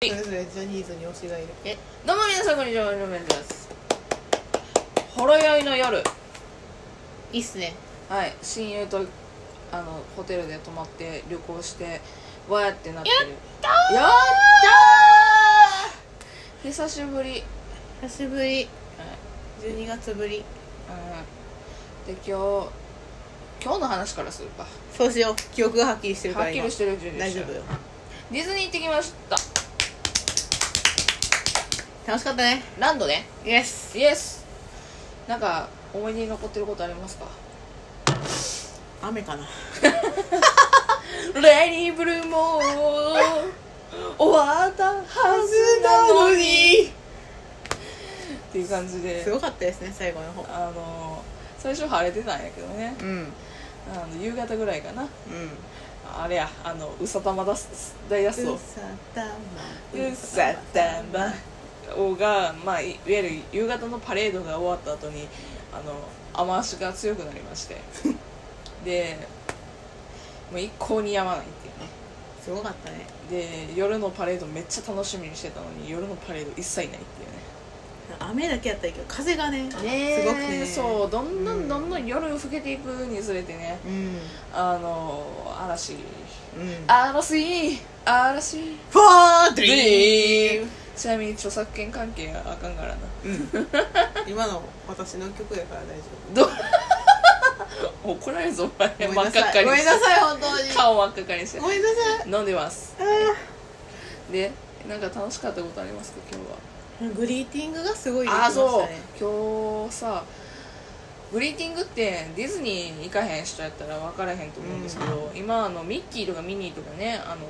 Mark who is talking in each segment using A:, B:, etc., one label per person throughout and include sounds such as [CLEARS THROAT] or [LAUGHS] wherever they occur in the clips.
A: それぞれジャニーズに推しがいる
B: えどうも皆さんこんにちはルメンですほろ酔いの夜
A: いいっすね
B: はい親友とあのホテルで泊まって旅行してわーってなってる
A: た
B: やったー久しぶり、
A: 久しぶり
B: う
A: 12月ぶり
B: ん、で今日今日の話からするか
A: そうしよう記憶がはっきりしてるか
B: は
A: ら
B: っきりしてる順
A: 今大
B: に
A: 丈夫よ
B: ディズニー行ってきました
A: 楽しかったね
B: ランドね
A: イエス
B: イエスなんか思い出に残ってることありますか
A: 雨かな
B: レイニーブルーも終わったはずなのにっていう感じです
A: ごかったですね最後の方
B: あの最初晴れてたんやけどね
A: うんうん
B: あの夕方ぐらいかなあれやあのうさたまだす大脱走
A: さたま
B: うさたまをが、まあ、いいわゆる夕方のパレードが終わった後にあの雨足が強くなりましてでもう一向にやまないっていうね
A: すごかったね
B: で夜のパレードめっちゃ楽しみにしてたのに夜のパレード一切ないっ
A: 雨だけやったらいいけど風がね
B: ていうね
A: すごくね
B: そうどんどんどんどん夜更けていくにつれてね
A: うん
B: あの嵐
A: うん
B: 嵐嵐
A: フォード
B: ド
A: リ
B: リ
A: ー
B: ームちなみに著作権関係があかんからな
A: 今の私の曲やから大丈
B: [LAUGHS] 怒られるぞお前
A: 夫
B: 真っ赤っか
A: ご
B: に
A: めんな
B: して
A: さい本当に
B: 顔真っ赤っかにして
A: ごめんなさい
B: 飲んでます
A: あ
B: でなんか楽しかったことありますか今日は
A: ーグリーティングがすごいできまし
B: あー
A: た
B: そう
A: ね
B: 今日さグリーティングってディズニーに行かへん人やったら分からへんと思うんですけど、今あのミッキーとかミニーとかねあの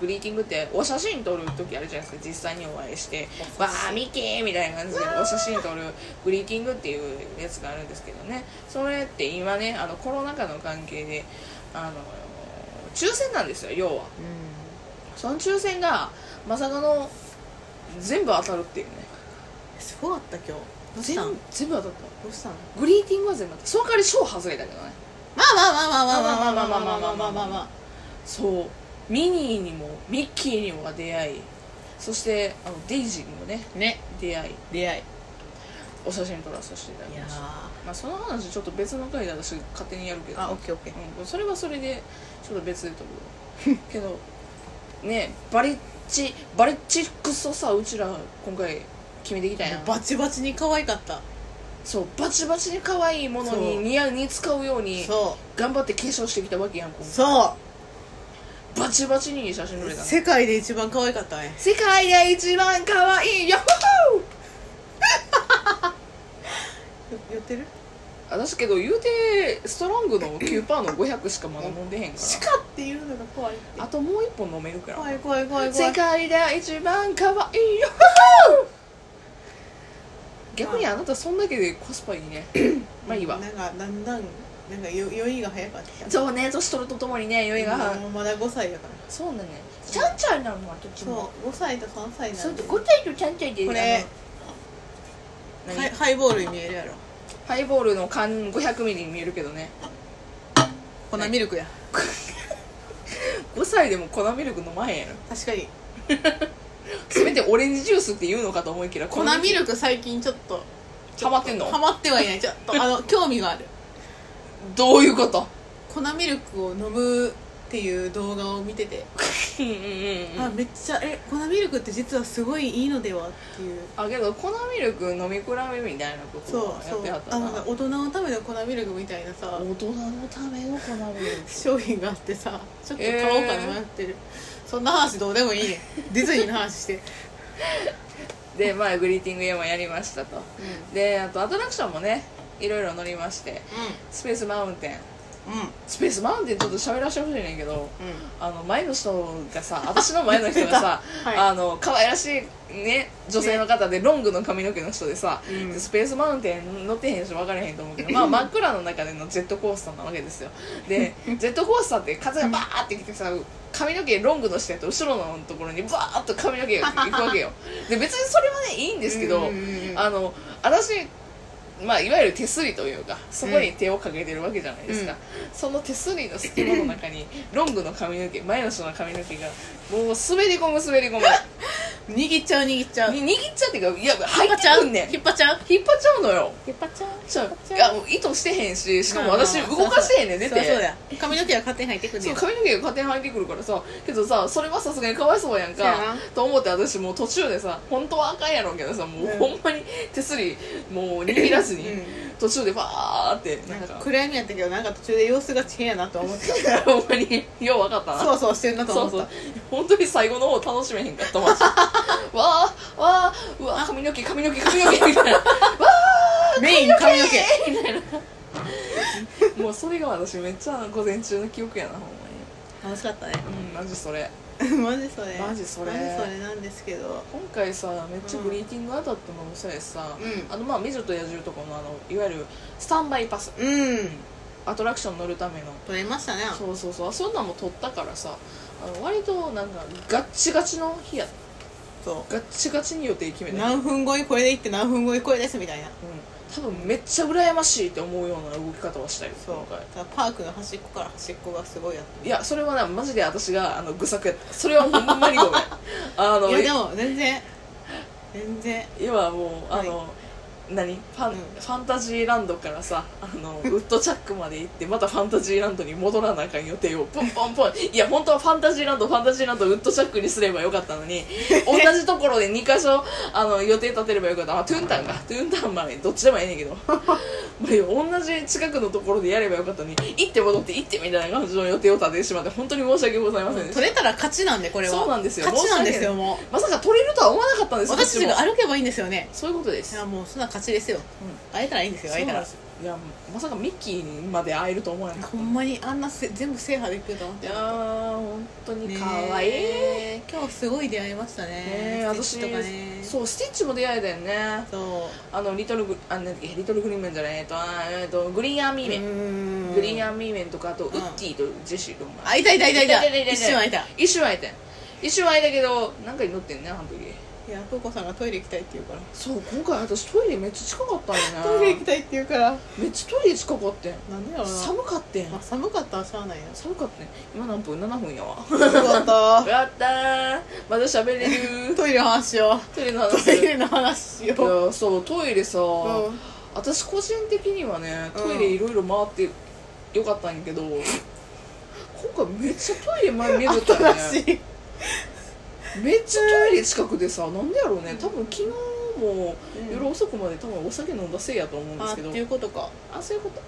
B: グリーティングってお写真撮る時あるじゃないですか実際にお会いして「わあミッキー!」みたいな感じでお写真撮るグリーティングっていうやつがあるんですけどねそれって今ねあのコロナ禍の関係であの抽選なんですよ要は
A: うん
B: その抽選がまさかの全部当たるっていうね
A: すごかった今日どうし
B: 全
A: たん
B: 部
A: ど
B: 全部当たった
A: うしたん
B: グリーティングは全部あったその代わり賞外れたけどね
A: まあまあまあまあまあまあまあまあまあまあまあまあ
B: そうミニーにもミッキーにも出会いそしてあのデイジーにもね
A: ね
B: 出会い
A: 出会い
B: お写真撮らさせていただ
A: い
B: き
A: や
B: ました
A: ー
B: まあ、その話ちょっと別の回で私勝手にやるけど
A: あオッケーオッケー
B: うん、それはそれでちょっと別で撮るわけどねバリッチバリッチクソさうちら今回決めてきたやん
A: バチバチに可愛かった
B: そうバチバチに可愛いものに
A: そう
B: 似合うに使うように
A: そ
B: 頑張って化粧してきたわけやん今
A: う
B: 回
A: そ
B: バチバチにいい写真撮れ
A: う
B: たね
A: 世界で一番可愛かったね
B: 世界で一番可愛いヤッホー
A: 寄ってる
B: 私けど言うてストロングの9%の500しかまだ飲んでへんか
A: 鹿っていうのが怖いって
B: らあともう一本飲めるから
A: 怖い怖い怖い怖
B: 世
A: い
B: 界で一番可愛いヤッホー逆にあなたそんだけでコスパいい
A: [CLEARS THROAT]
B: ねまあいいわ
A: なんかだんだんなんかよ酔いが早かった
B: そうね年取るとともにね酔いが、
A: もうまだ5歳だから
B: そうだねちゃんちゃんなの私も
A: そう5歳と3歳な
B: そうん
A: で
B: 5歳とちゃんちゃんで
A: これ
B: あの
A: ハイ
B: 何
A: ハイボールに見えるやろ
B: ハイボールの缶500ミリに見えるけどね
A: 粉ミルクや
B: 5歳でも粉ミルク飲まへんやろ
A: 確かに
B: せめてオレンジジュースって言うのかと思いきや
A: 粉ミルク最近ちょっと
B: ハマってんの
A: ハマってはいないちょっ [LAUGHS] とあの興味がある
B: どういうこと
A: 粉ミルクを飲むっていう動画を見てて、
B: うんうんうん
A: あめっちゃえ粉ミルクって実はすごいいいのではっていう
B: あけど粉ミルク飲み比べみたいなこと
A: そ
B: を
A: う
B: や
A: そ
B: っては
A: う
B: った
A: あ
B: な
A: の大人のための粉ミルクみたいなさ
B: 大人のための粉ミルク
A: 商品があってさちょっと買おうかなってる、そんな話どうでも [LAUGHS] いいねんディズニーの話して、
B: でまあグリーティングイヤーもやりましたとであとアトラクションもねいろいろ乗りましてスペースマウンテン
A: うんうん
B: スペースマウンテンちょっと喋らせてほしいねんけど
A: うん
B: あの前の人がさ私の前の人が
A: [LAUGHS]
B: さ、
A: 出たはい
B: あの可愛らしいね女性の方で、ロングの髪の毛の人でさ、
A: うん
B: でスペースマウンテン乗ってへんし分からへんと思うけど、
A: [LAUGHS]
B: まあ、真っ暗の中でのジェットコースターなわけですよでジェットコースターって風がバーってきてさ髪の毛ロングの人やと後ろのところにバーっと
A: [LAUGHS]
B: 髪の毛がいくわけよで別にそれはねいいんですけど、
A: うんうんうん
B: あの私まあ、いわゆる手すりというかそこに手をかけてるわけじゃないですか、
A: うん
B: その手すりの隙間の
A: [LAUGHS]
B: 中にロングの髪の毛前の人の髪の毛がもう滑り込む滑り込む
A: 握っちゃう握っちゃう
B: に
A: 引
B: 握っちゃってかいや入
A: っ張
B: っ
A: っち
B: て
A: ゃ
B: く
A: うん
B: ねん
A: 引っ張っちゃう
B: 引っ張っちゃうのよ
A: 引っ張っちゃう
B: ちょ
A: ちゃう
B: いやもう意図してへんししかも私
A: まあまあ
B: 動かしてへんねん出
A: そうそう
B: て
A: だ髪の毛が勝手に入ってくんね
B: そ
A: ん
B: う髪の毛が勝手に入ってくるからさけどさそれはさすがにかわいそうやん
A: そうや
B: か
A: な
B: と思って私もう途中でさ本当はあかんやろうけどさもう
A: うん
B: ほんまに手すりもう握らずに
A: うん
B: 途中でバーってな
A: なんんか
B: か
A: 暗闇やったけどなんか途中で様子が変やなと思って
B: [LAUGHS] ほんまによう分かったな
A: そわそわしてるなと
B: そう
A: 思っ
B: そう本当に最後の方楽しめへんかったマ [LAUGHS] ジでわーわーうわー髪の毛髪の毛髪の毛みたいな
A: たメイン髪の毛
B: [LAUGHS] もうそれが私めっちゃ午前中の記憶やなほんま
A: 楽しかったね [LAUGHS]
B: にうんマジそれ
A: マジそれ
B: マジそれ
A: マジそれなんですけど
B: 今回さめっちゃグリーティング当たったのもそうやしさ、
A: うん
B: あのまあ「美女と野獣」とかのあのいわゆるスタンバイパス
A: うん
B: アトラクション乗るための
A: 取れましたね
B: そうそうそうそんなんも撮ったからさあの割となんかガッチガチの日や
A: そ
B: ガッチガチに予定決め
A: う
B: た
A: 何分後にこれで行って何分後にこれですみたいな
B: うん、多分めっちゃ羨ましいって思うような動き方はしたよ
A: そう
B: 今回
A: だからパークの端っこから端っこがすごいやっ
B: いやそれはなマジで私があの愚策やったそれはほんまにごめんあ
A: た
B: の
A: いやでも全然全
B: [LAUGHS]
A: 然
B: 今もうあ
A: はい
B: の、何ファン、
A: うん
B: ファンタジーランドからさあのウッドチャックまで行ってまたファンタジーランドに戻らなあかん予定をポンポンポンいや本当はファンタジーランドファンタジーランドウッドチャックにすればよかったの
A: [LAUGHS]
B: に同じところで2箇所あの予定立てればよかったあトゥーンタウンかトゥーンタウンまでどっちでもええねんけ
A: [LAUGHS]
B: どまあ同じ近くのところでやればよかったのに行って戻って行ってみたいな感じの予定を立ててしまって本当に申し訳ございませんでした
A: 取れたら勝ちなんでこれは
B: そうなんですよ
A: 勝ちなんですよ
B: 申
A: も
B: まさか取れるとは思わなかったんで
A: う
B: す
A: 私たち
B: も
A: が歩けばいいんですよね
B: そういうことです
A: いやもうそんな勝ちですよ
B: うん
A: 会えたらいいんですよ
B: そ
A: 会
B: う
A: えた
B: なん
A: ら
B: ですよいやまさかミッキーにまで会えると思わなかっ
A: ほんまにあんなせ全部制覇できると思ったて
B: い
A: な
B: や
A: かっ
B: ー本当
A: た
B: に
A: ね
B: 可愛いね
A: え今日すごい出会いましたね
B: え
A: ス
B: 私
A: テッチとかね
B: そうスティッチも出会えたよね
A: そ
B: あのリトルグあなんだっけリトルグリーンメンじゃないえっとあえっとグリーンアーミ
A: う
B: ーメン
A: グ
B: グリーンアーミーメンとかあとウ
A: ん
B: ッディとジェシーと
A: あいたいたいたいた一瞬会いた
B: 一瞬会えたよ一瞬会えたけどなんかに乗ってんねあの時
A: いやふうこさんがトイレ行きたいって言うから
B: そう今回私トイレめっちゃ近かったんよね
A: トイレ行きたいって言うから
B: めっちゃトイレ近かってん
A: なんだろうな
B: 寒かってん
A: まあ、寒かったらしゃあないな
B: 寒かってん今何分7分やわ
A: 寒か [LAUGHS] っ
B: やったーまだ喋れる
A: た [LAUGHS] トイレの話しよ
B: トイレ
A: う
B: の話
A: トイ
B: い
A: レの話しよう
B: やそうトイレさ、
A: うん
B: 私個人的にはね
A: うん
B: トイレいろいろ回ってよかったんやけど、今回めっちゃトイレ前見るったよ
A: 新
B: ね
A: しい
B: めっちゃトイレ近くでさなんでやろうね多分昨日も
A: うん
B: 夜遅くまで多分お酒飲んだせいやと思うんで
A: あ
B: す
A: って
B: けど、
A: いうことか
B: あそういうこと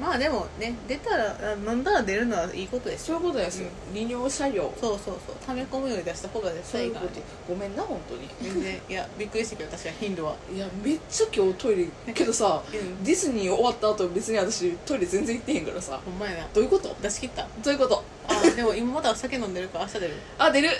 A: まあでもね出たらあ飲んだら出るのはいいことです
B: そういうことですよ、利尿車両
A: そうそうそう溜め込むより出した方が絶
B: そう
A: 対
B: い
A: いいう
B: こ
A: から
B: と
A: ね
B: ごめんな本当に
A: 全然いやびっくりしたけど確かに頻度はい
B: やめっちゃ今日トイレけどさ
A: うん
B: ディズニー終わった後別に私トイレ全然行ってへんからさ
A: ほんまやな
B: どういうこと
A: 出し切った
B: どういうこと
A: あでも今まだお酒飲んでるから明日出
B: [LAUGHS]
A: る
B: あ出る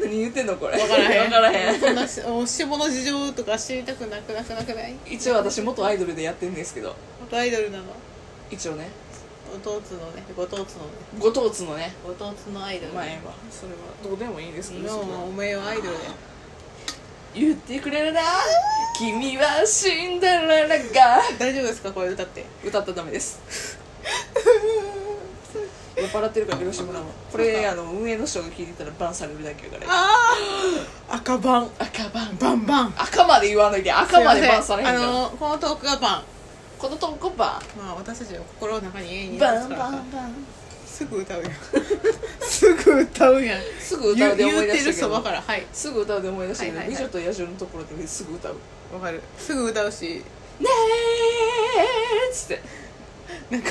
B: 何言ってんのこれ
A: 分からへん
B: 分からへん
A: そんなしお下の事情とか知りたくなくなくなくない
B: 一応私元アイドルでやってるんですけど
A: 元アイドルなの
B: 一応ね
A: ご当地のねご当地のね
B: ご当地のね
A: ご当地のアイドル
B: 前はそれはどうでもいいですけどそれ
A: の
B: は
A: おめえはアイドルだよ
B: 言ってくれるな君はシンデレラが
A: 大丈夫ですかこれ歌
B: [LAUGHS]
A: って
B: 歌ったらダメです酔っ払ってるから許してもらうわこれあの運営の人が聞いてたらバンされるだけやから
A: ああ赤バン
B: 赤バン
A: バンバン
B: 赤まで言わなきゃ赤までバンされへん
A: あ
B: から、
A: のこのトークがバン
B: このトンコバ
A: まあ私たちの心の中に永遠
B: ン
A: に
B: バ
A: あ
B: ン
A: るから
B: バンバン
A: すぐ歌うやんすぐ歌うやん
B: すぐ歌うで思い出
A: 言うて
B: し
A: る
B: たけ
A: そば
B: ど
A: からはい
B: すぐ歌うで思い出したけど
A: はい
B: 「
A: はい
B: 美
A: はい
B: 女と野獣」のところですぐ歌う「
A: わかるすぐ歌うし
B: ねえ」っつって
A: なんか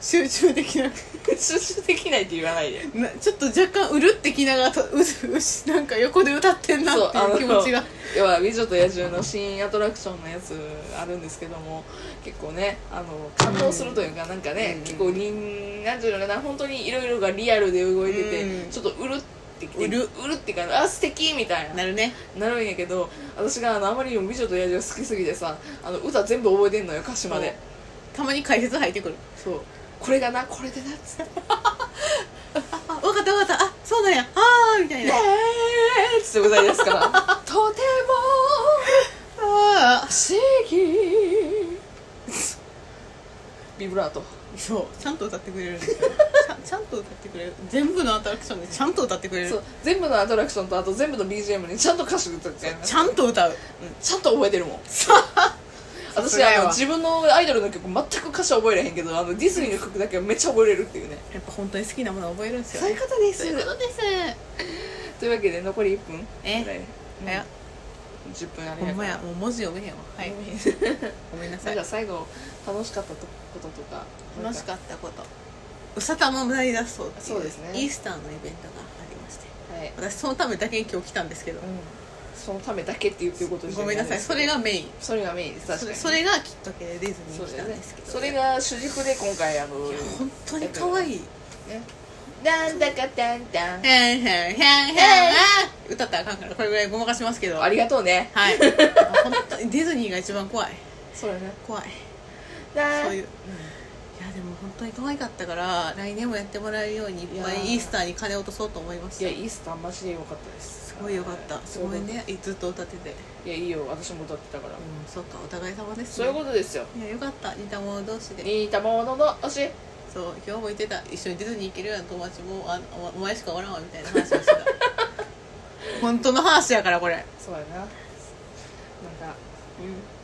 A: 集中できなく
B: 「集中できない」って言わないで
A: なちょっと若干うるってきながらとうずうしなんか横で歌ってんなっていう気持ちが
B: 要は「美女と野獣」の新アトラクションのやつあるんですけども結構ねあの感動するというかなんかね、
A: うん
B: 結構人なんていうのかな本当にいろいろがリアルで動いてて、
A: うん
B: ちょっとうるってきて
A: うる
B: うるって感じあ素敵みたいな
A: なるね
B: なるんやけど私があのあまりにも「美女と野獣」好きすぎてさあの歌全部覚えてんのよ歌詞まで
A: たまに解説入ってくる
B: そうこれがなこれでなっつって
A: あ分かった分かったあそうなんやああみた
B: 「
A: い
B: ね
A: な
B: [LAUGHS] え」っつって歌い出すから「とてもビブラート
A: そうちゃんと歌ってくれるんですよちゃん [LAUGHS] ちゃんと歌ってくれる全部のアトラクションでちゃんと歌ってくれる
B: そう全部のアトラクションとあと全部の BGM にちゃんと歌詞歌ってやる
A: ちゃんと歌う
B: ちゃんと覚えて [LAUGHS] るもん
A: す
B: 私
A: がやわ
B: あの自分のアイドルの曲全く歌詞覚えれへんけどあのディズニーの曲だけはめっちゃ覚えれるっていうね
A: やっぱ本当に好きなものは覚えるんですよ、
B: そういうことです
A: そういうことです
B: というわけで残り1分
A: え
B: ぐらいでうん
A: 早っ
B: 10分あれ
A: ほんま
B: や
A: や
B: か
A: もう文字読めへんわは
B: ら
A: い
B: [LAUGHS] ごめん
A: ごめんなさ
B: ないんか最後楽しかったとこととか
A: 楽しかったことうさたま大脱走ってい
B: そうですね
A: イースターのイベントがありまして
B: ったはい、うん、
A: 私そのためだけに今日来たんですけど
B: そのためだけって言ってることじゃ
A: ごめんなさい
B: です
A: そ
B: けど
A: れがメイン
B: それがメインです確
A: そ
B: か
A: れ
B: に
A: それがきっかけでディズニー
B: そう
A: に来
B: だ
A: た
B: よ
A: ん
B: ね
A: ですけど
B: それが主軸で今回あの
A: 本当に可愛い
B: ねなんだかたんたん
A: へんへんへんへんへん歌ったらあかんからこれぐらいごまかしますけど
B: ありがとうね
A: はい本当にディズニーが一番怖い
B: そうだね
A: 怖い
B: だ
A: そういういやでも本当に可愛かったから来年もやってもらえるようにいっぱいイースターに金落とそうと思いまし
B: い
A: た
B: やイースターマジで良かったです
A: すごいよかったすごいねずっと歌ってて
B: いやいいよ私も歌ってたか
A: う
B: ら、
A: んそっかお互い様です
B: そういうことですよ
A: といやよかった似た者同士で
B: いいものの推し
A: そう今日も言ってた一緒にディズニー行けるような友達もあおお前しかおらんわみたいな話をしてた
B: [LAUGHS]
A: 本当の話やからこれ
B: そうやななんか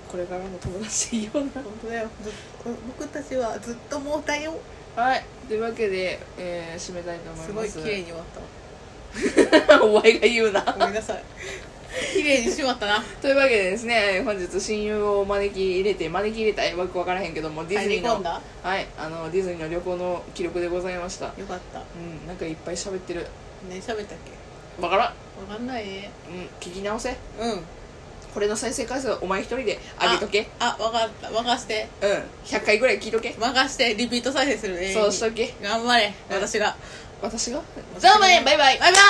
B: これからも友達いいような
A: 本当だよずっと僕たちはずっともうだよ
B: はい、というわけで、えー締めたいと思い
A: す
B: ま
A: ごい
B: す。
A: 綺麗に終わったわ
B: [LAUGHS] お前が言うな。
A: ごめんなさい綺麗にしまったな
B: というわけでですね、本日親友を招き入れて、招き入れたいわけわからへんけども、ディズニー
A: 入り込ん
B: の、
A: だ
B: はい、あの、ディズニーの旅行の記録でございました。
A: よかった
B: うん、なんかいっぱい喋ってる。
A: ね喋ったっけ
B: わからん。
A: わかんないね
B: うん、聞き直せ。
A: うん
B: これの再生回数はお前一人で上げとけ。
A: あわかった任して
B: うん、100回ぐらい聞いとけ。
A: 任してリピート再生するね
B: そうしとけ。
A: 頑張れ
B: うん
A: 私が
B: 私が
A: 私
B: じゃ
A: が
B: あまね、バイバイ。
A: バイバイ